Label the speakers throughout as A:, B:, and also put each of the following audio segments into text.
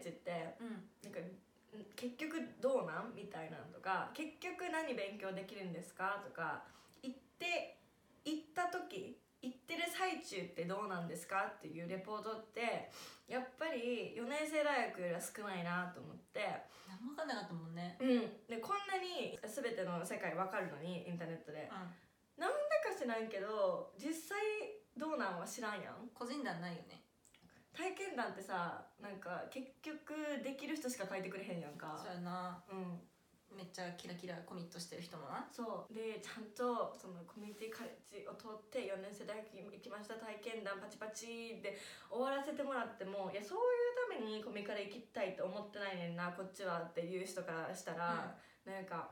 A: チって
B: うん
A: なんかん結局どうなんみたいなのとか結局何勉強できるんですかとか行って行った時行ってる最中ってどうなんですかっていうレポートってやっぱり4年生大学よりは少ないなと思って。
B: 何も分かんなかったもんね
A: うん、でこんなに全ての世界わかるのにインターネットで
B: うん
A: なんか知らんけど実際どうなんは知らんやん
B: 個人談ないよね
A: 体験談ってさなんか結局できる人しか書いてくれへんやんか
B: そうやな
A: うん
B: めっちゃキラキラコミットしてる人もな
A: そうでちゃんとそのコミュニティカレッジを通って4年生大学に行きました体験談パチパチで終わらせてもらってもいやそういうためにコミカレ行きたいと思ってないねんなこっちはっていう人からしたら、なんか。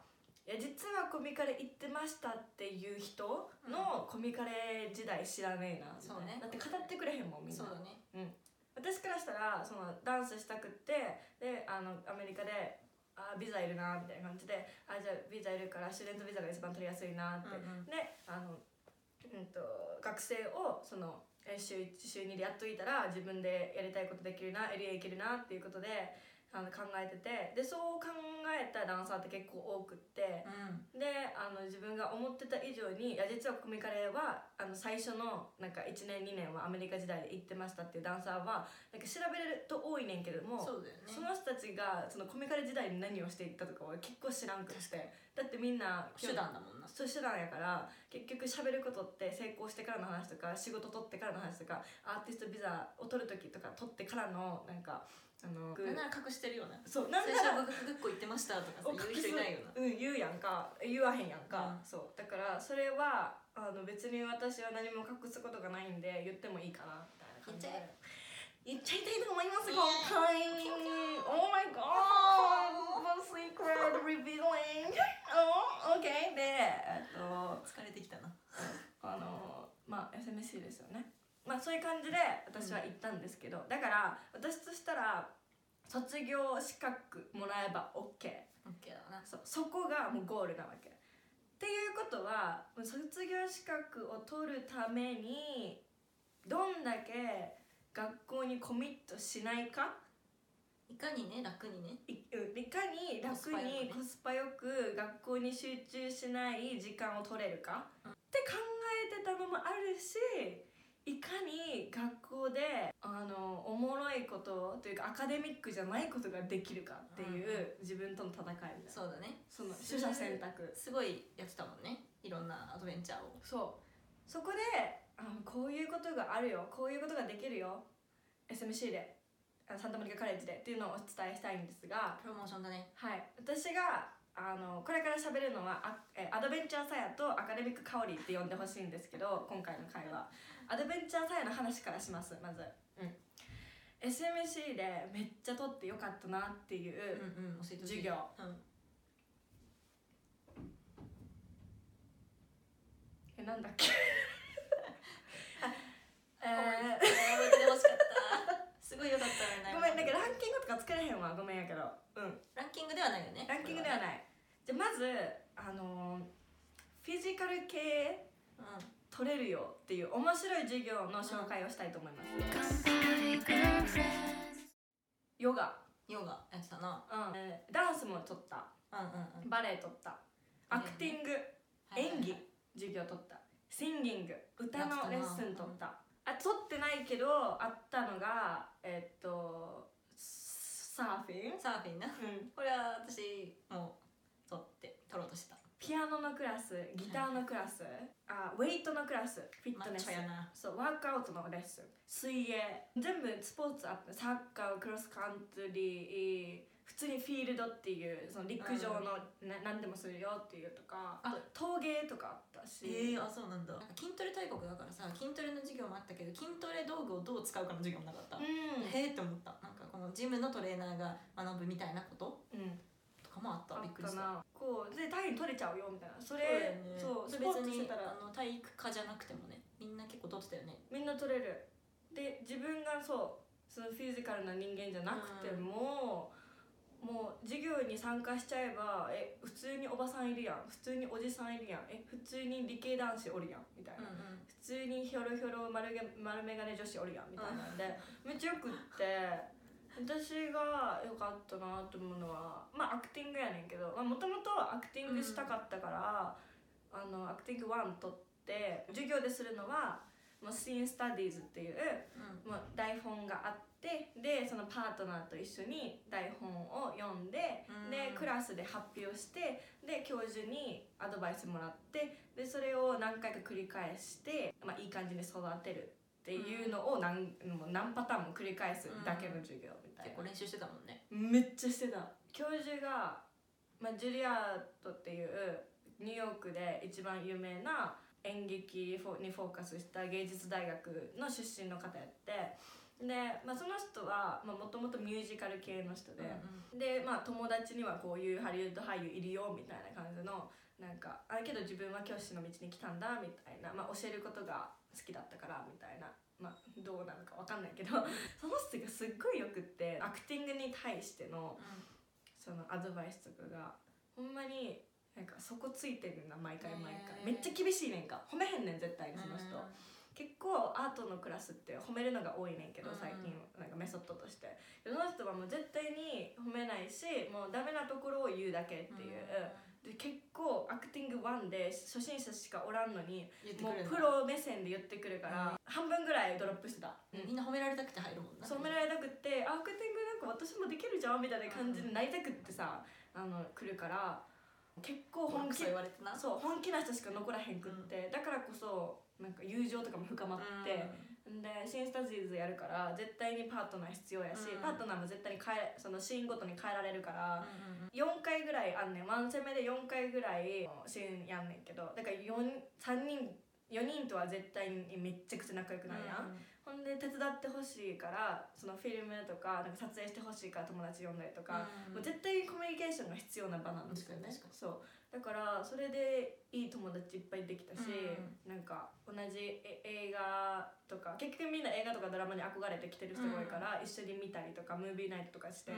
A: いや実はコミカレ行ってましたっていう人のコミカレ時代知らねえな、みたいな
B: そうね
A: だって語ってくれへんもんみんな
B: そうだね
A: 私からしたらそのダンスしたくってであのアメリカであビザいるなみたいな感じであじゃあビザいるからスチューデントビザが一番取りやすいなって、
B: うんうん
A: であの、うん、と学生をそのえ週1週2でやっといたら自分でやりたいことできるな LA 行けるなっていうことであの考えててでそう考えたダンサーって結構多くって。
B: うん
A: であの自分が思ってた以上にいや実はコミカレはあの最初のなんか1年2年はアメリカ時代で行ってましたっていうダンサーはなんか調べれると多いねんけれども
B: そうだよね
A: その人たちがそのコミカレ時代に何をしていったとかは結構知らんくってだってみんな
B: 手段だもんな
A: そう手段やから結局喋ることって成功してからの話とか仕事取ってからの話とかアーティストビザを取る時とか取ってからのなんかあの
B: なんなら隠してるよな
A: そうなん
B: 最
A: な
B: 初
A: ら
B: は僕学校行ってましたと かさ
A: を
B: 言う
A: 隠
B: 人
A: す
B: いないよな
A: うん言うやんか言わへんやんか、
B: うん
A: そうだからそれはあの別に私は何も隠すことがないんで言ってもいいかなみたいな感じで言っちゃいたいと思います今回 Oh my god The secret revealing Oh okay でえっと
B: 疲れてきたな
A: あのまあ SMC ですよねまあそういう感じで私は行ったんですけど、だから私としたら卒業資格もらえば OK
B: オッケーだな
A: そうそこがもうゴールなわけ。っていうことはもう卒業資格を取るためにどんだけ学校にコミットしないか
B: いかにね楽にね
A: いうんいかに
B: コス
A: 楽
B: パよく
A: に
B: ね
A: コスパよく学校に集中しない時間を取れるか、
B: うん
A: って考えてたのもあるしいかに学校であのおもろいことというかアカデミックじゃないことができるかっていう
B: うんう
A: 自分との戦いみたいな
B: そうだね
A: その取捨選択
B: すごいやってたもんねいろんなアドベンチャーを
A: そうそこであこういうことがあるよこういうことができるよ SMC であサンタモニカカレッジでっていうのをお伝えしたいんですが
B: プロモーションだね
A: はい私があのこれから喋るのはあえアドベンチャーサヤとアカデミックカオリって呼んでほしいんですけど今回の会話アドベンチャーサヤの話からしますまず、うん、SMC でめっちゃ取ってよかったなっていううん
B: うん教えてほし
A: 授
B: い
A: 業、
B: うん
A: えなんだっけ あ
B: 覚
A: えー
B: えてほしかったすごいよかった ね
A: ごめんなんかランキングとか作れへんわごめんやけどうん
B: ランキングではないよね
A: ランキングでは
B: こ
A: ないじゃあまずあのーフィジカル系
B: れはうん
A: 取れるよっていう面白い授業の紹介をしたいと思いますヨガ、
B: ヨガやってたな
A: うんえーダンスも取った
B: うんうんうん
A: バレエ取ったアクティング、
B: はいはいはい
A: 演技授業取ったシンギング歌のレッスン取ったあ取ってないけどあったのがえっとサーフィン、
B: サーフィンな
A: うん、
B: これは私もう取って取ろうとしてた
A: ピアノのクラスギターのクラス、あウェイトのクラスフィッ
B: マ
A: ト
B: ッ
A: ネ
B: チ
A: ス
B: ョやな
A: そうワークアウトのレッスン水泳全部スポーツあってサッカークロスカントリー普通にフィールドっていうその陸上の、な何でもするよっていうとかあ
B: あ
A: と陶芸とかあったし、
B: えー、あそうなんだなんか筋トレ大国だからさ筋トレの授業もあったけど筋トレ道具をどう使うかの授業もなかった、
A: う
B: へえって思ったなんかこのジムのトレーナーが学ぶみたいなこと
A: ん、うん、
B: とかもあった
A: あ
B: びっ
A: っ
B: くり
A: た
B: した
A: なこうで単位取れちゃうよみたいなそ
B: そうだよ
A: れ
B: ね
A: そう,、
B: そ
A: ス
B: れ
A: ポー
B: 別
A: ツし
B: に
A: てたら
B: あの体育科じゃなくてもねみんな結構取ってたよね
A: みんな取れるで自分がそうそのフィジカルな人間じゃなくても、もう授業に参加しちゃえばえ普通におばさんいるやん普通におじさんいるやんえ普通に理系男子おるやんみたいな、
B: ん
A: 普通にひょろひょろ丸げ丸眼鏡女子おるやんみたいなんで、めっちゃよくって私が良かったなと思うのはまあアクティングやねんけどもともとアクティングしたかったから、あのアクティング1取って授業でするのはもうシーンスタディーズっていう、
B: うん
A: まあ、台本があってでそのパートナーと一緒に台本を読んで、
B: うん
A: でクラスで発表してで教授にアドバイスもらってでそれを何回か繰り返して、まあ、いい感じに育てるっていうのを何,、もう何パターンも繰り返すだけの授業みたいな
B: 結構。練習してたもんね
A: めっちゃしてた教授が、まあ、ジュリアートっていうニューヨークで一番有名な演劇フォにフォーカスした芸術大学の出身の方やってで、まあ、その人はもともとミュージカル系の人で、で、まあ、友達にはこういうハリウッド俳優いるよみたいな感じのなんかあけど自分は教師の道に来たんだみたいな、まあ、教えることが好きだったからみたいな、まあ、どうなのかわかんないけど その人がすっごいよくってアクティングに対してのそのアドバイスとかがほんまになんかそこついてるんだ毎回毎回
B: へー
A: めっちゃ厳しいねんか褒めへんねん絶対にその人。結構アートのクラスって褒めるのが多いねんけど
B: うん
A: 最近なんかメソッドとして世の人はもう絶対に褒めないしもうダメなところを言うだけっていう、で結構アクティング1で初心者しかおらんのに
B: 言ってく
A: も
B: れる
A: うんプロ
B: だ
A: 目線で言ってくるから、
B: う
A: 半分ぐらいドロップしてた、うん
B: みんな褒められたくて入るもんな
A: そう褒められたくってあアクティングなんか私もできるじゃんみたいな感じになりたくってさあの来るから結構本
B: 本
A: 気
B: 気言われてな
A: そう本気な人しか残らへんくって、だからこそなんか友情とかも深まって、で新スタジーズやるから絶対にパートナー必要やし、
B: うん
A: パートナーも絶対に変えそのシーンごとに変えられるから、
B: う
A: 4回ぐらいあんねんワン攻めで4回ぐらいシーンやんねんけどだから4 3人4人とは絶対にめっちゃくちゃ仲良く
B: んうんう
A: な
B: ん
A: るやん、ほんで手伝ってほしいからそのフィルムとかなんか撮影してほしいから友達呼んだりとか、
B: う
A: も
B: ん
A: う絶対にコミュニケーションが必要な場なんですよね
B: 確かに
A: そうだからそれでいい友達いっぱいできたし、
B: う
A: なんか同じえ映画とか結局みんな映画とかドラマに憧れてきてる人が多いから、一緒に見たりとかムービーナイトとかして、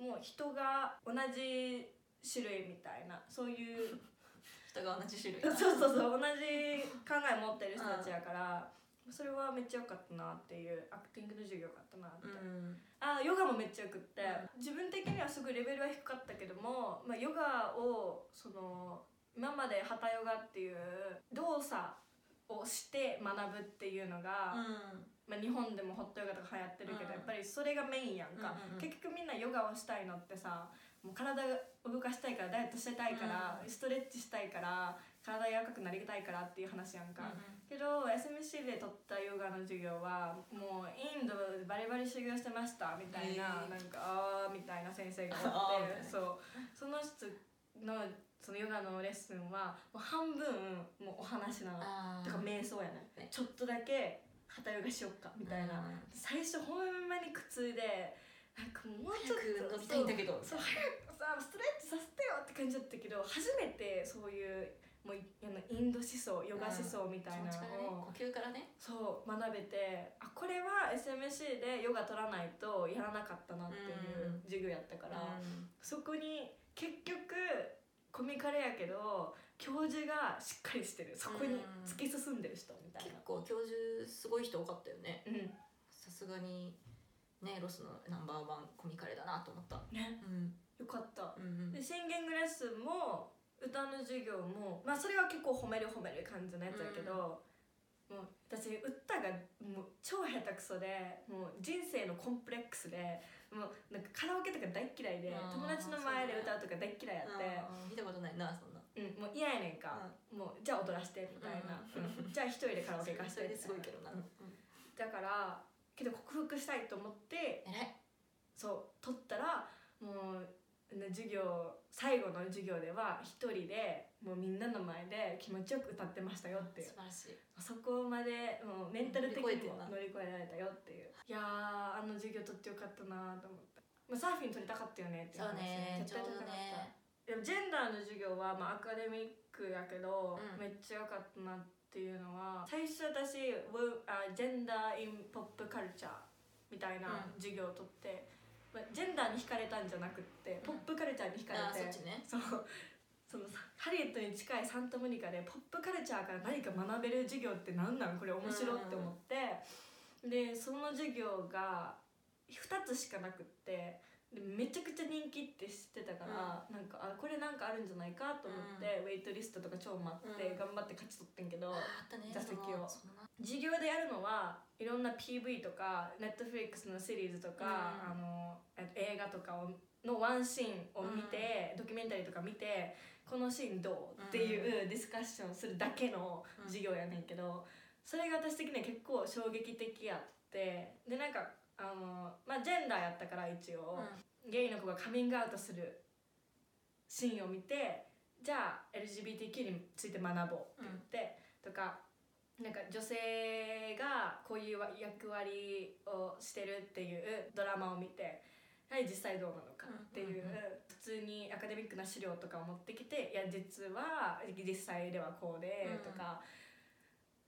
A: もう人が同じ種類みたいなそういう
B: 人が同じ種類
A: そう
B: だ
A: そうそう同じ考え持ってる人たちやから、それはめっちゃ良かったなっていうアクティングの授業があったなって。
B: うん
A: あヨガもめっちゃよくって、
B: う
A: 自分的にはすごいレベルは低かったけども、まあ、ヨガをその今までハタヨガっていう動作をして学ぶっていうのが、まあ、日本でもホットヨガとか流行ってるけど、や
B: うん
A: っぱりそれがメインやんか、
B: うんうんうん
A: 結局みんなヨガをしたいのってさもう体を動かしたいからダイエットしたいから、
B: うん
A: ストレッチしたいから体柔らかくなりたいからっていう話やんか、けど SMC で取ったヨガの授業はもうインドでバリバリ修行してましたみたいな、
B: へ
A: な
B: ー
A: んかああみたいな先生がお
B: あ
A: っ
B: ー
A: て
B: みたいな
A: そうその人のそのヨガのレッスンはもう半分もうお話なの
B: あ
A: とか瞑想やね
B: ね
A: ちょっとだけ肩ヨガしよっかみたいな、最初ほんまに苦痛でなんかもうちょっと
B: 早く伸びたいんだけど
A: そう早くさストレッチさせてよって感じだったけど初めてそういうもうあのインド思想ヨガ思想みたいなのを、
B: 呼吸からね
A: そう学べてあこれは SMC でヨガ取らないとやらなかったなっていううん授業やったから、そこに結局コミカルやけど教授がしっかりしてるそこに突き進んでる人みたい
B: 結
A: な。
B: 構教授すごい人多かったよね
A: うん
B: さすがにねロスのナンバーワンコミカルだなと思った
A: ね、
B: うん
A: よかった
B: うん
A: でシンギングレッスンも歌の授業も、まあ、それは結構褒める褒める感じのやつだけど、もう私歌がもう超下手くそでもう人生のコンプレックスでもうなんかカラオケとか大っ嫌いで
B: あー
A: 友達の前で歌うとか大っ嫌いやって
B: うん見たことないなそん
A: う、
B: な
A: ん、もう嫌やねんか、もうじゃあ踊らしてみたいな、
B: う
A: うん
B: ん
A: じゃあ一人でカラオケ行かし
B: そ
A: て
B: れ
A: みたい
B: で
A: な
B: すごいけどな
A: うんだからけど克服したいと思って
B: えらい
A: そう取ったらもうね授業最後の授業では一人でもうみんなの前で気持ちよく歌ってましたよっていう
B: 素晴らしい
A: そこまでもうメンタル的にも
B: 乗り越え
A: 乗り越えられ
B: てんな
A: たよっていういやーあの授業取ってよかったなと思った、まあ、サーフィン取りたかったよねってい
B: そう
A: 話
B: ね
A: 絶
B: ちょ
A: 対
B: う
A: 取り
B: ど
A: たかった
B: ね
A: でもジェンダーの授業は、まあ、アカデミックやけど、
B: うん
A: めっちゃ良かったなっていうのは最初私ウあジェンダー・イン・ポップ・カルチャーみたいな
B: うん
A: 授業を取って、まあジェンダーに惹かれたんじゃなくってポップカルチャーに惹か
B: あー
A: れて、
B: そっちね
A: そうそのさハリウッドに近いサンタモニカでポップカルチャーから何か学べる授業って何なんこれ面白いって思って、でその授業が2つしかなくってでめちゃくちゃ人気って知ってたから、なんかあこれなんかあるんじゃないかと思って、ウェイトリストとか超待って、
B: うん
A: 頑張って勝ち取ってんけど、
B: あったね
A: 座席を
B: そのそのな
A: 授業でやるのはいろんな PV とか Netflix のシリーズとか、あ
B: うん
A: のえ映画とかをのワンシーンを見て、ドキュメンタリーとか見てこのシーンどうっていうディスカッションするだけの
B: うん
A: 授業やねんけど、それが私的には結構衝撃的やってでなんかあの、まあ、ジェンダーやったから一応。 ゲイの子がカミングアウトするシーンを見てじゃあ LGBTQ について学ぼうって言って、とかなんか女性がこういうわ役割をしてるっていうドラマを見て。はい、実際どうなのかっていう、
B: うんうんうん
A: 普通にアカデミックな資料とかを持ってきていや実は実際ではこうでとか、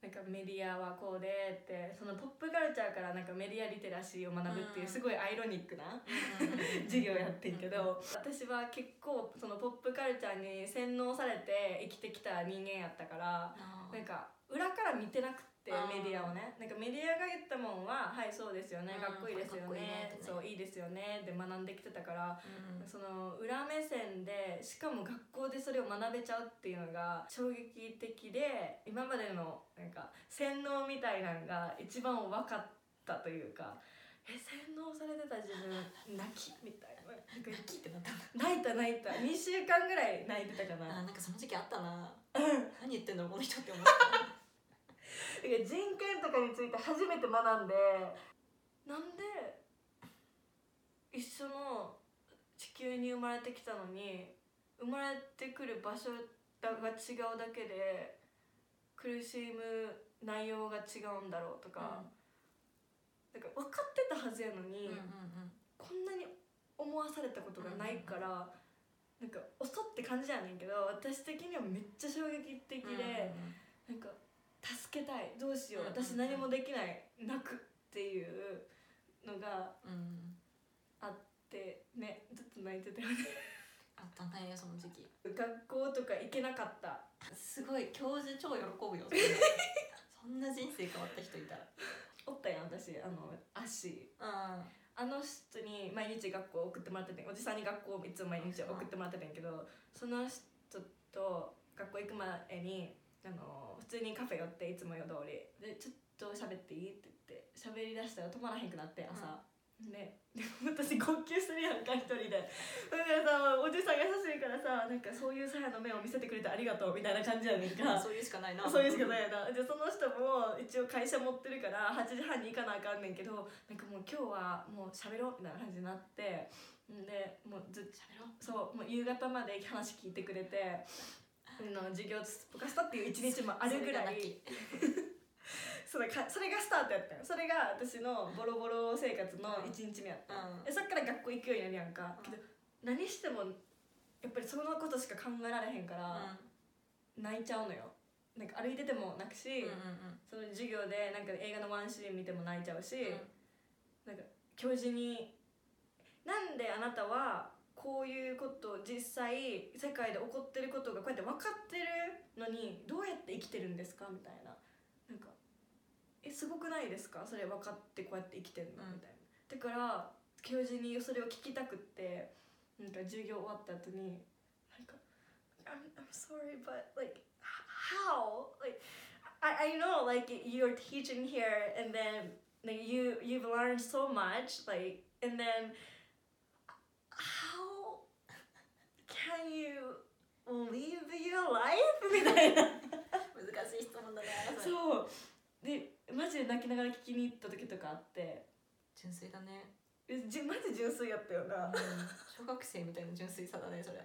A: なんかメディアはこうでってそのポップカルチャーからなんかメディアリテラシーを学ぶっていう
B: うん
A: すごいアイロニックな、
B: うん
A: 授業やってんけど私は結構そのポップカルチャーに洗脳されて生きてきた人間やったから
B: あ
A: なんか裏から見てなくって
B: あ
A: メ
B: ー
A: ディアをねなんかメディアが言ったもんは「はいそうですよね
B: うん
A: かっこいいですよ
B: かっこいいね
A: ね
B: ってね
A: そういいですよね」って学んできてたから
B: うん
A: その裏目線でしかも学校でそれを学べちゃうっていうのが衝撃的で今までのなんか洗脳みたいなのが一番分かったというかえ洗脳されてた自分泣きみたいななんか
B: ラッキーってなったんだ
A: 泣いた泣いた2週間ぐらい泣いてたかなな
B: あ
A: んか
B: なんかその時期あったな何言ってんだろうこの人って思った
A: 人権とかについて初めて学んでなんで一緒の地球に生まれてきたのに生まれてくる場所が違うだけで苦しむ内容が違うんだろうとか,、なんか分かってたはずやの
B: うん
A: に、
B: うんうん
A: こんなに思わされたことがないから、なんか遅って感じやねんけど私的にはめっちゃ衝撃的
B: うん
A: で、なんか助けたいどうしよう
B: うんうんうん
A: 私何もできない泣くっていうのがあ
B: うんうん
A: ってねずっと泣いてたよね
B: あったねその時期
A: 学校とか行けなかった
B: すごい教授超喜ぶよそんなそんな人生変わった人いたら
A: おったやん私あの足
B: うん
A: あの人に毎日学校送ってもらってておじさんに学校いつも毎日送ってもらってたんやけどその人と学校行く前にあの普通にカフェ寄っていつも夜通りでちょっと喋っていいって言って喋りだしたら止まらへんくなって朝、ねで私号泣するやんか一人でだからさおじさん優しいからさなんかそういうさやの目を見せてくれてありがとうみたいな感じやねんか
B: そういうしかない な
A: そういうしか
B: い
A: ないよなでその人も一応会社持ってるから8時半に行かなあかんねんけどなんかもう今日はもう喋ろうみたいな感じになってんでもうずっと
B: 喋ろう
A: そうもう夕方まで話聞いてくれてあの授業つっぽかしたっていう一日もあるぐらい それかそれがスタートやったよそれが私のボロボロ生活の1日目やった、
B: うん
A: でそっから学校行くようになるやんか、
B: うん
A: けど何してもやっぱりそのことしか考えられへんから、泣いちゃうのよなんか歩いてても泣くし、
B: うんうん
A: その
B: うん
A: 授業でなんか映画のワンシーン見ても泣いちゃうし、
B: う
A: なんか教授に「なんであなたはこういうことを実際世界で起こってることがこうやって分かってるのにどうやって生きてるんですか?」みたいななんか「えすごくないですかそれ分かってこうやって生きてるの?」
B: う
A: み
B: ん
A: たいな。だから教授にそれを聞きたくってなんか授業終わった後になんか「I'm, I'm sorry but like how like I, I know like you're teaching here and then like you you've learned so much like and then how can you live your life みたいなん
B: 難しい質問だねそれ
A: そうでマジで泣きながら聞きに行った時とかあって
B: 純粋だね
A: えじマジ純粋やったよな
B: 小学生みたいな純粋さだねそれ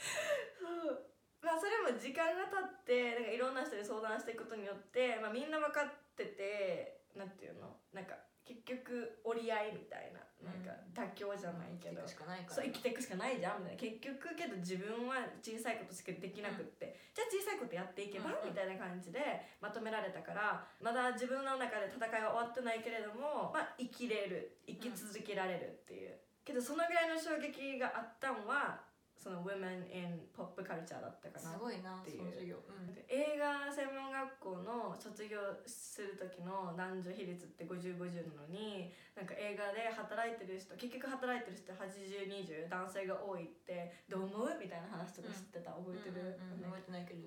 A: そうまあそれも時間が経ってなんかいろんな人に相談していくことによって、まあ、みんな分かっててなんていうのなんか結局折り合いみたいななんか妥協じゃないけど、
B: 生きていくしかないから
A: そう生きていくしかないじゃんみたいな結局けど自分は小さいことしかできなくって、じゃあ小さいことやっていけば、
B: う
A: み
B: んうん
A: たいな感じでまとめられたからまだ自分の中で戦いは終わってないけれども、まあ、生きれる生き続けられるっていう、けどそのぐらいの衝撃があったんはその Women in Pop Culture だったか
B: す
A: な
B: ごいな
A: っていう
B: その授業、うん、
A: 映画専門学校の卒業する時の男女比率って5050なのになんか映画で働いてる人結局働いてる人8020男性が多いってどう思うみたいな話とか知ってた、覚えてる、
B: うんうん
A: ね
B: 覚えてないけど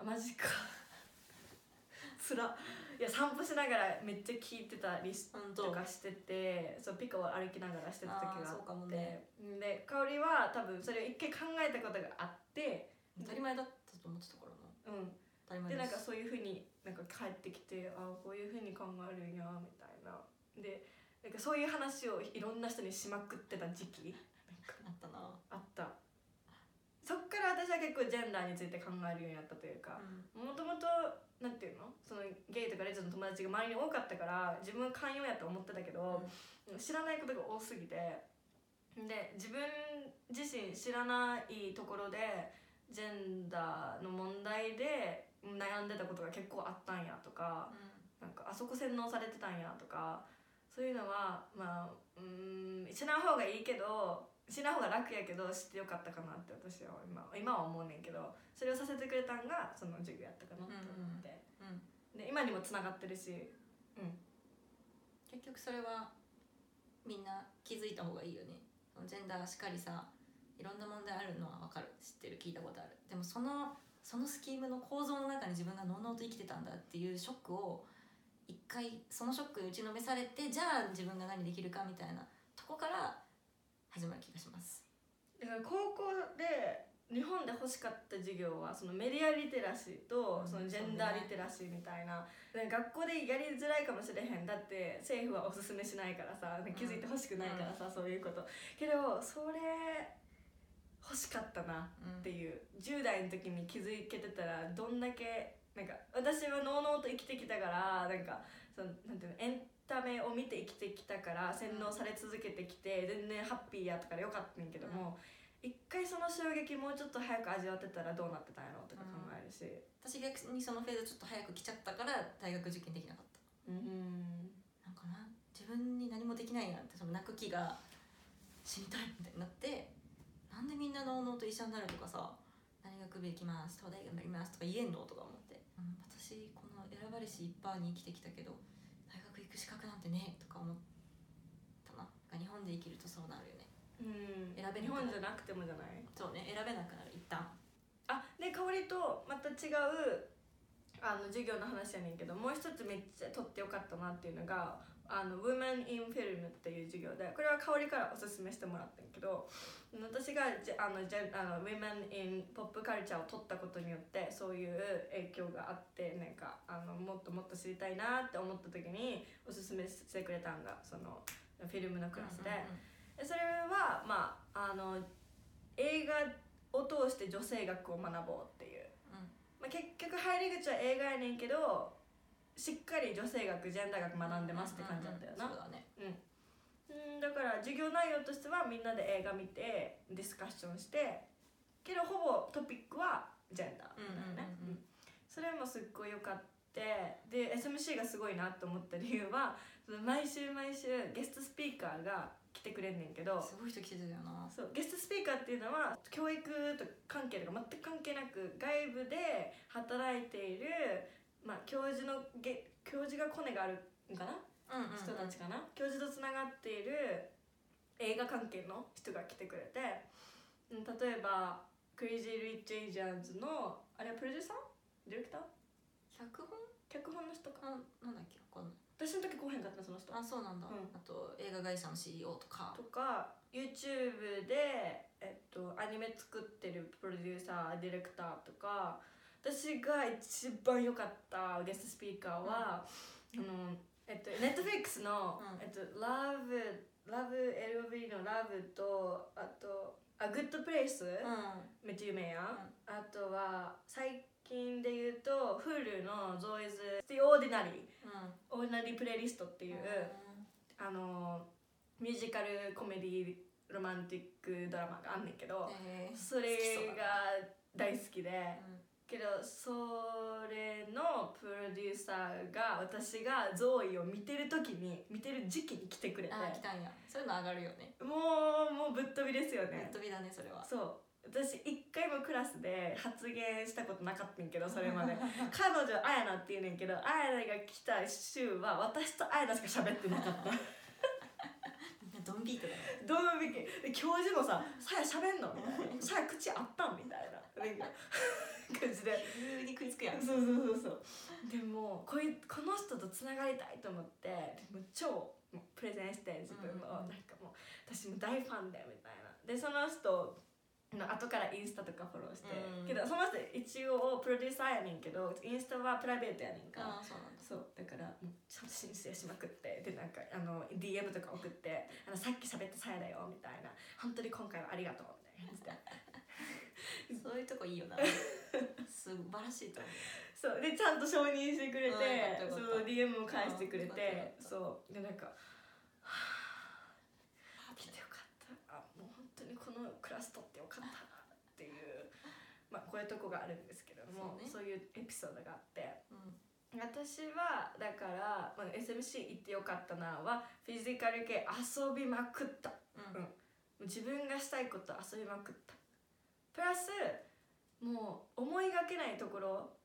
A: あマジか つらいや散歩しながらめっちゃ聞いてたりし
B: 本当
A: とかしててそうピコを歩きながらしてた時があ
B: あーそうかも
A: って、
B: ね
A: で香りは多分それを一回考えたことがあって
B: 当たり前だったと思ってたからな
A: うん
B: 当た
A: で
B: り前で
A: な
B: す
A: んかそういうふうになんか帰ってきてああこういうふうに考えるんやみたいなでなんかそういう話をいろんな人にしまくってた時期
B: あったな、
A: あったそっから私は結構ジェンダーについて考えるようになったというかもともとなんていうのそのゲイとかレズの友達が周りに多かったから自分寛容やと思ってたけど、知らないことが多すぎてで自分自身知らないところでジェンダーの問題で悩んでたことが結構あったんやとかなんかあそこ洗脳されてたんやとかそういうのはまあうーん知らん方がいいけど知らん方が楽やけど知ってよかったかなって私は今今は思うねんけどそれをさせてくれたんがその授業やったかなって思って、
B: うんうん
A: で今にもつながってるし
B: 結局それはみんな気づいた方がいいよねそのジェンダーしかりさいろんな問題あるのは分かる知ってる聞いたことあるでもそのそのスキームの構造の中に自分がのうのうと生きてたんだっていうショックを一回そのショックに打ちのめされてじゃあ自分が何できるかみたいなとこから始まる気がします
A: だから高校で日本で欲しかった授業はそのメディアリテラシーと
B: うん
A: そのジ
B: そう
A: ェ
B: ね
A: ンダーリテラシーみたいな、なんか学校でやりづらいかもしれへんだって政府はおすすめしないからさ気づいてほしくないからさ、そういうことけどそれ欲しかったな
B: う
A: っ
B: ん
A: ていう10代の時に気づけてたらどんだけなんか私はのうのうと生きてきたからなんかそのなんていうのエンタメを見て生きてきたから洗脳され続けてきて全然ハッピーやとかでよかったんやけども、一回その衝撃もうちょっと早く味わってたらどうなってたんやろうとか考えるし
B: 私逆にそのフェーズちょっと早く来ちゃったから大学受験できなかった
A: うん
B: なんかな自分に何もできないなってその泣く気が死にたいみたいになってなんでみんなのうのうと医者になるとかさ大学部行きます東大頑張りますとか言えんのとか思って、うん私この選ばれし一般に生きてきたけど大学行く資格なんてねとか思ったななんか日本で生きるとそうなるよね
A: うん
B: 選べ
A: 日
B: る
A: 本じゃなくてもじゃない
B: そうね選べなくなる一旦
A: あで香りとまた違うあの授業の話やねんけどもう一つめっちゃ取ってよかったなっていうのが「あの Women in Film」っていう授業でこれは香りからおすすめしてもらったんやけど私がじあのじゃあの Women in Pop Culture を取ったことによってそういう影響があってなんかあのもっともっと知りたいなって思った時におすすめしてくれたんがそのフィルムのクラスで。でそれはまああの映画を通して女性学を学ぼうっていう、
B: うん
A: まあ、結局入り口は映画やねんけどしっかり女性学ジェンダー学学んでますって感じだったよな、
B: うんうんうんそうだね
A: うん、だから授業内容としてはみんなで映画見てディスカッションしてけどほぼトピックはジェンダーだよね、
B: うんうんうんうん
A: それもすっごい良かってで SMC がすごいなと思った理由はその毎週毎週ゲストスピーカーが来てくれんねんけど
B: すごい人来てたよな
A: そうゲストスピーカーっていうのは教育と関係とか全く関係なく外部で働いている、まあ、教授のげ教授がコネがあるんかな、
B: うんうんうん
A: 人たちかな教授とつながっている映画関係の人が来てくれてうん例えばクレイジー・リッチ・エイジャーンズのあれはプロデューサーディレクター
B: 脚本
A: 脚本の人か
B: あなんだっけわかんない
A: 私の時後編だったその人
B: あそうなんだ、
A: うん
B: あと映画会社の CEO とか
A: とか YouTube で、えっと、アニメ作ってるプロデューサーディレクターとか私が一番良かったゲストスピーカーは、あのえっと、Netflix の「
B: うん
A: えっと、Love」Love LOV の「Love」とあと「A Good Place、
B: う
A: めっちゃ有名やん、あとは最近で言うと Hulu の「Zoe's The Ordinary」
B: んう
A: 「オ
B: ん
A: ーディナリープレイリスト」っていう、あのミュージカルコメディロマンティックドラマがあんねんけど、
B: えー
A: それが大好きで
B: う
A: けどそれのプロデューサーが私がゾーイを見てる時に見てる時期に来てくれ
B: ん
A: て
B: あー来たんやそういうの上がるよね
A: もうもうぶっ飛びですよ
B: ぶっ
A: ね
B: 飛びだねそれは
A: そう私一回もクラスで発言したことなかったん けどそれまで彼女あやなって言うねんけどあやなが来た週は私とあやなしか喋ってなかった
B: みんな ドンビートだね
A: どのびきで教授もさ「さや喋んの?」みた いな「さや口あったん?」みたいななんか感じで
B: 急に食いつくやん
A: そうそうそうそうでもこいこの人とつながりたいと思ってもう超もうプレゼンして自分の、
B: うんうんうん
A: なんかもう私も大ファンだよみたいなでその人の後からインスタとかフォローして、
B: うん
A: けどその人一応プロデューサーやねんけどインスタはプライベートやねんから、
B: ああそうなんだ
A: そうだからもうちゃんと申請しまくってでなんかあの DM とか送って「あのさっき喋ったさやだよ」みたいな「本当に今回はありがとう」みたいな感じ で
B: そういうとこい いよな素晴らしいと思う
A: そうでちゃんと承認してくれて
B: あーよ
A: そ
B: かったよかった
A: う DM も返してくれ
B: あーよかったよ
A: て
B: かった
A: そうでなんか「はあ来てよかったあもう本当にこのクラス取ってよかったな」って いうまあこういうとこがあるんですけども
B: そうね
A: そういうエピソードがあって
B: うん
A: 私はだから、まあ、SMC 行ってよかったなはフィジカル系遊びまくった
B: うん
A: 自分がしたいこと遊びまくったプラスもう思いがけないところ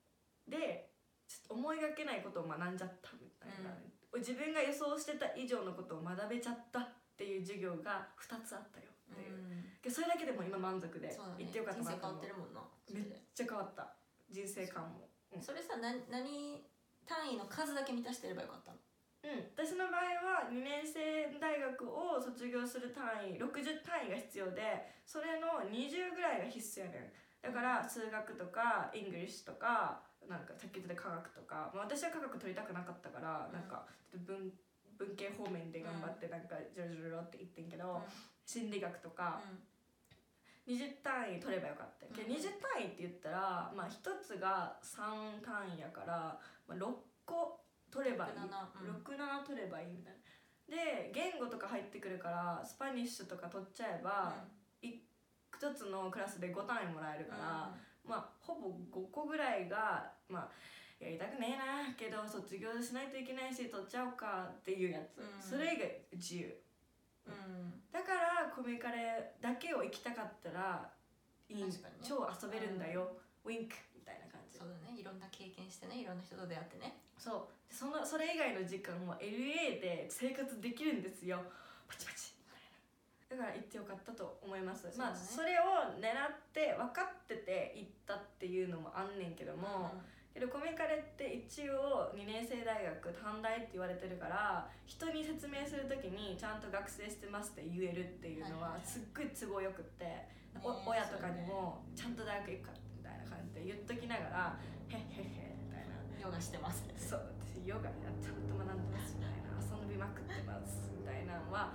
A: でちょっと思いがけないことを学んじゃったみたいな、自分が予想してた以上のことを学べちゃったっていう授業が2つあったよっていう、でそれだけでも今満足で
B: そうだね
A: 行ってよかった
B: 人
A: な
B: 生
A: と
B: 変わ
A: 思う
B: ってるもんなそ
A: め
B: れ
A: っ
B: で
A: ちゃ変わった人生観もうん
B: それさな何単位の数だけ満たしてればよかったの
A: うん、私の場合は2年生大学を卒業する単位60単位が必要でそれの20ぐらいが必須やねんだから数学とかイングリッシュとかなんかさっき言ってた科学とか、まあ、私は科学取りたくなかったから、
B: うん
A: なんかちょっと文文系方面で頑張ってなんかジョロジョロって言ってんけど、
B: うん
A: 心理学とか
B: う
A: 20単位取ればよかったけど、
B: うん
A: 20単位って言ったら、まあ、1つが3単位やから、まあ、6個取ればいい
B: ん七うん
A: 67取ればいいみたいなで言語とか入ってくるからスパニッシュとか取っちゃえば、一つのクラスで5単位もらえる
B: うん
A: から、まあほぼ5個ぐらいがまあやりたくねえなけど卒業しないといけないし取っちゃおうかっていうやつ、
B: うん
A: それ以外自由
B: うん
A: だからコミカレだけを行きたかったらいい、
B: 確かにね
A: 超遊べるんだよ、ウィンクみたいな感じ
B: そうだねいろんな経験してねいろんな人と出会ってね
A: そうそのそれ以外の時間は LA で生活できるんですよパチパチだから行ってよかったと思います、
B: そう
A: まあ
B: だね
A: それを狙って分かってて行ったっていうのもあんねんけども、けどコミカレって一応2年生大学短大って言われてるから人に説明する時にちゃんと学生してますって言えるっていうの
B: は
A: は
B: いはいはい
A: すっごい都合よくって、
B: ね
A: お親とかにもちゃんと大学行くからみたいな感じで言っときながら「へっへっへ」みたいな。
B: ヨガしてます
A: そう私ヨガやちゃんと学んでますみたいな遊びまくってますみたいなのは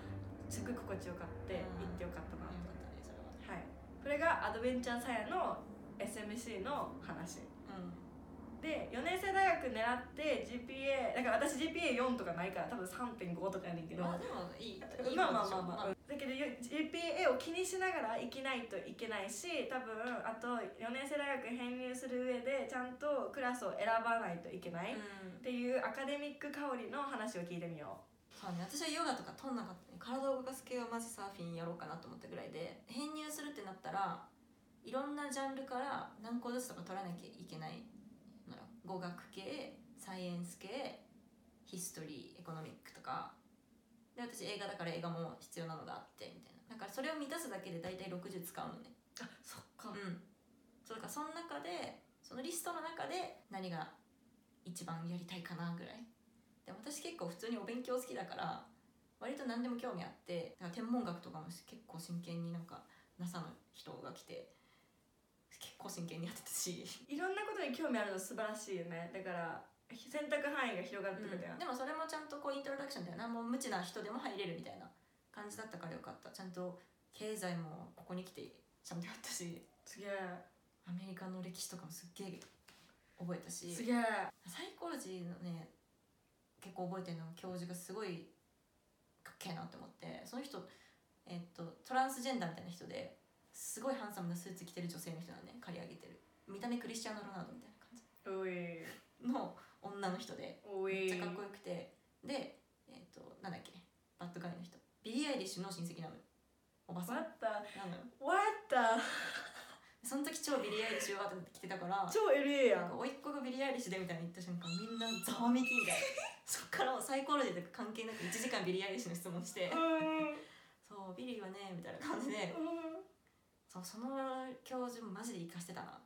A: すごい心地よかって
B: うん
A: 行ってよかった
B: よ
A: な
B: かっ
A: と、
B: たねそれは
A: はいこれがアドベンチャーサヤの SMC の話
B: うん
A: で4年生大学狙って GPA だから私 GPA4 とかないから多分3.5とかやねんけど
B: まあでもいいいいことでしょ
A: まあまあまあまあ、だけど GPA を気にしながら生きないといけないし多分あと4年生大学編入する上でちゃんとクラスを選ばないといけない、
B: うん
A: っていうアカデミック香りの話を聞いてみよ
B: そうね、私はヨガとか取んなかったね体を動かす系はマジサーフィンやろうかなと思ったぐらいで編入するってなったらいろんなジャンルから何個ずつとか取らなきゃいけないのよ語学系サイエンス系ヒストリーエコノミックとかで私映画だから映画も必要なのがあってみたいなだからそれを満たすだけで大体60使うのね
A: うあそっか
B: うんそうだからその中でそのリストの中で何が一番やりたいかなぐらいで私結構普通にお勉強好きだから割と何でも興味あってだから天文学とかも結構真剣になんか NASA の人が来て結構真剣にやってたし、
A: いろんなことに興味あるの素晴らしいよねだから選択範囲が広がるってことや、
B: でもそれもちゃんとこうイントロダクションだよなもう無知な人でも入れるみたいな感じだったからよかったちゃんと経済もここに来てちゃんとやったし
A: すげえ
B: アメリカの歴史とかもすっげえ覚えたし
A: すげえ
B: サイコロジーのね結構覚えてるのが教授がすごいかっけえなって思ってその人、えっとトランスジェンダーみたいな人ですごいハンサムなスーツ着てる女性の人なんね借り上げてる見た目クリスチャーノ・ロナウドみたいな感じ
A: おい
B: の女の人で
A: お
B: めっ
A: い
B: ちゃかっこよくてでえっ、となんだっけバッドガイの人ビリー・アイリッシュの親戚なのよおばさん
A: わ
B: な
A: った
B: のよ
A: わった
B: その時超ビリー・アイリッシュはと思って来てたから
A: 超 LA や
B: なんか
A: ん
B: 甥っ子がビリー・アイリッシュでみたいに言った瞬間みんなざわめきみたいな そっからもうサイコロジーとか関係なく1時間ビリー・アイリッシュの質問して
A: うん
B: そうビリーはねみたいな感じで
A: うん
B: そうその教授もマジで活かしてたな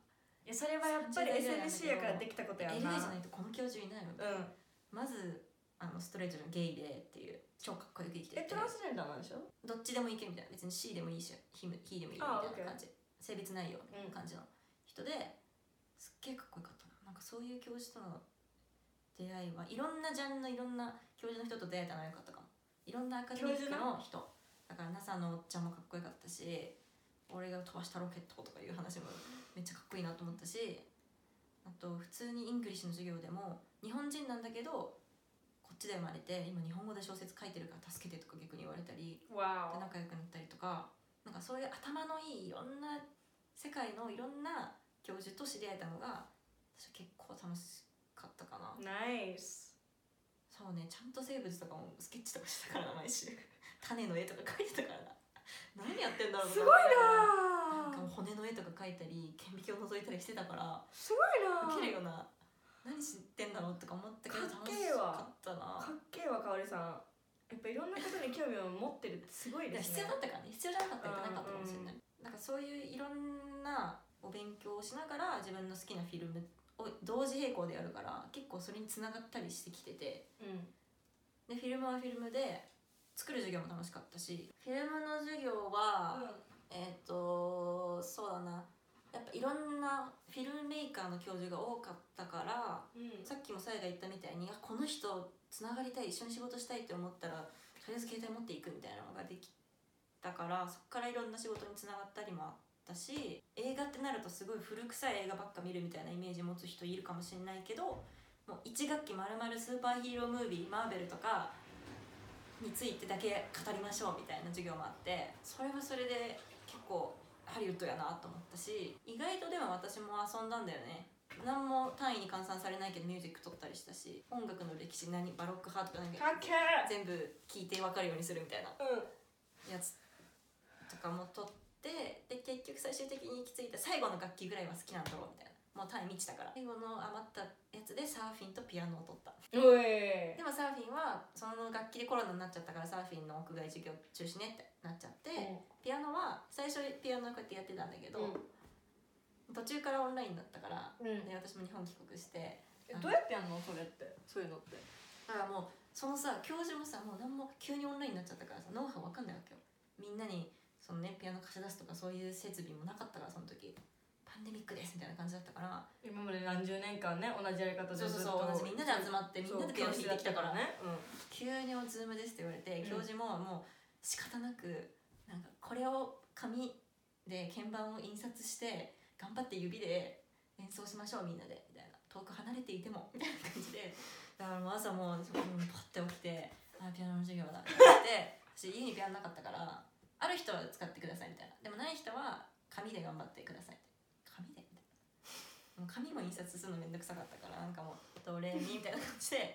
B: い
A: やそれはやっぱり SNSD やからできたことや
B: LA
A: ん
B: じ
A: な
B: ゃないとこの教授いないの、
A: うん
B: まずあのストレートのゲイでっていう超かっこよく生きて
A: え
B: る
A: トランスジェンダーなんでしょ
B: どっちでもいけるみたいな別に C でもいいし He も he でもいいよ
A: あ
B: みたい
A: OK
B: な感じ性別ないよみたいな感じの人ですっげえかっこよかったななんかそういう教授との出会いはいろんなジャンルのいろんな教授の人と出会えたのはよかったかもいろんなアカデミックの人だから NASA のおっちゃんもかっこよかったし俺が飛ばしたロケットとかいう話もめっちゃかっこいいなと思ったしあと普通にイングリッシュの授業でも日本人なんだけどこっちで生まれて今日本語で小説書いてるから助けてとか逆に言われたり
A: わ
B: で仲良くなったりとかなんかそういう頭のいいいろんな世界のいろんな教授と知り合えたのが私は結構楽しかったかな
A: ナイス
B: そうねちゃんと生物とかもスケッチとかしてたからな毎週 種の絵とか描いてたから な何やってんだろう
A: すごい
B: ななん
A: なあ
B: かもう骨の絵とか描いたり顕微鏡を覗いたりしてたから
A: すご
B: ウケ
A: いな
B: るよな何知ってんだろうとか思ったけ
A: か
B: ど
A: っ
B: 楽
A: け
B: し
A: えわ
B: かった
A: あ
B: な
A: かっけえわかおりさんやっぱいろんなことに興味を持ってるってすごい
B: いや
A: です
B: 必
A: ね
B: 要だったからね必要じゃなかったらいけなかったかもしれない、なんかそういういろんなお勉強をしながら自分の好きなフィルムを同時並行でやるから結構それにつながったりしてきてて
A: うん
B: でフィルムはフィルムで作る授業も楽しかったしフィルムの授業は、えっ、とそうだなやっぱいろんなフィルムメーカーの教授が多かったから
A: うん
B: さっきもさやが言ったみたいにあこの人つながりたい一緒に仕事したいって思ったらとりあえず携帯持っていくみたいなのができたからそこからいろんな仕事につながったりもあったし映画ってなるとすごい古臭い映画ばっか見るみたいなイメージ持つ人いるかもしれないけどもう1学期まるまるスーパーヒーロームービーマーベルとかについてだけ語りましょうみたいな授業もあってそれはそれで結構ハリウッドやなと思ったし意外とでも私も遊んだんだよね何も単位に換算されないけどミュージック取ったりしたし音楽の歴史何バロック派とかなん
A: か
B: か
A: っけえ
B: 全部聞いて分かるようにするみたいな
A: う
B: やつとかも取ってで結局最終的に行き着いた最後の楽器ぐらいは好きなんだろうみたいなもう単位満ちたから最後の余ったやつでサーフィンとピアノを取った
A: んおい
B: でもサーフィンはその楽器でコロナになっちゃったからサーフィンの屋外授業中止ねってなっちゃって、ピアノは最初ピアノこうやってやってたんだけど、途中からオンラインになったから
A: うんうん
B: で私も日本帰国して
A: えどうやってやんのそれってそういうのって
B: だからもうそのさ教授もさもう何も急にオンラインになっちゃったからさノウハウわかんないわけよみんなにそのねピアノ貸し出すとかそういう設備もなかったからその時パンデミックですみたいな感じだったから
A: 今まで何十年間ね同じやり方で
B: そうそうそう同じみんなで集まってみんなでピアノ弾いてきたから
A: ねうん
B: 急に「ズームです」って言われて
A: うん
B: 教授ももう仕方なくなんかこれを紙で鍵盤を印刷して頑張って指で演奏しましょうみんなでみたいな遠く離れていてもみたいな感じでだからもう朝もうパッて起きて「あピアノの授業だ」って言って私家にピアノなかったからある人は使ってくださいみたいなでもない人は紙で頑張ってくださいって紙でみたいなもう紙も印刷するのめんどくさかったからなんかもう「どれみたいな感じで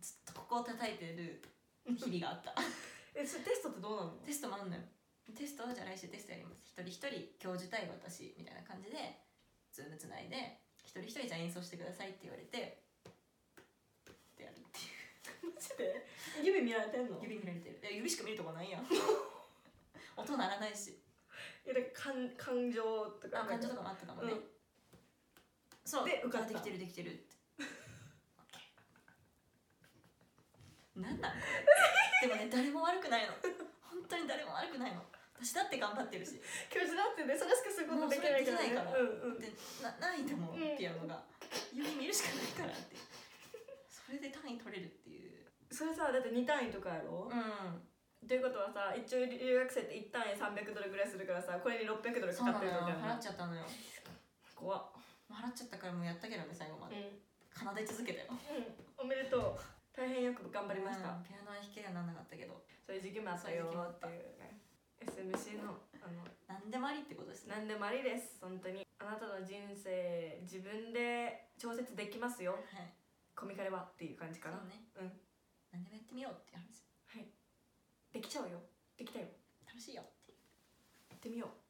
B: ずっとここを叩いてる日々があった
A: えそれテストってどうなの
B: テストもあんのよテストはじゃあ来週テストやります一人一人教授対私みたいな感じでズームつないで一人一人じゃあ演奏してくださいって言われてってやるっていう
A: マジで指見られてんの
B: 指見られてるいや指しか見るとこないやん音鳴らないし
A: いやだから感感情とか
B: あ感情とかもあったかもね、
A: うん
B: そう
A: で受か
B: あ
A: った
B: できてるできてるって OK なん なんこれでもね誰も悪くないの本当に誰も悪くないの私だって頑張ってるし
A: 教授だってねそれしかすることできないからね
B: もうそれできないか
A: うんうん
B: らでなないんだもん
A: うん
B: ピアノが指見るしかないからってそれで単位取れるっていう
A: それさだって2単位とかやろ、
B: ん
A: っていうことはさ一応留学生って1単位300ドルぐらいするからさこれに600ドル
B: そ
A: か
B: う
A: か
B: な
A: っ
B: の
A: てる
B: よ
A: みたい
B: 払っ
A: な
B: ちゃったのよも
A: 怖っ
B: う払っちゃったからもうやったけどね最後ま
A: うん、
B: で
A: うん、
B: 奏で続けたよ
A: おめでとう大変よく頑張りました、
B: うんピアノは弾けるようにならなかったけど
A: そういう時期もあったよっていうね SMC のあの
B: 何でもありってことですね
A: 何でもありです本当にあなたの人生自分で調節できますよ
B: はい
A: コミカレはっていう感じかな、
B: そうね
A: うん
B: 何でもやってみようっていう話
A: できちゃうよできたよ
B: 楽しいよっていう
A: やってみよう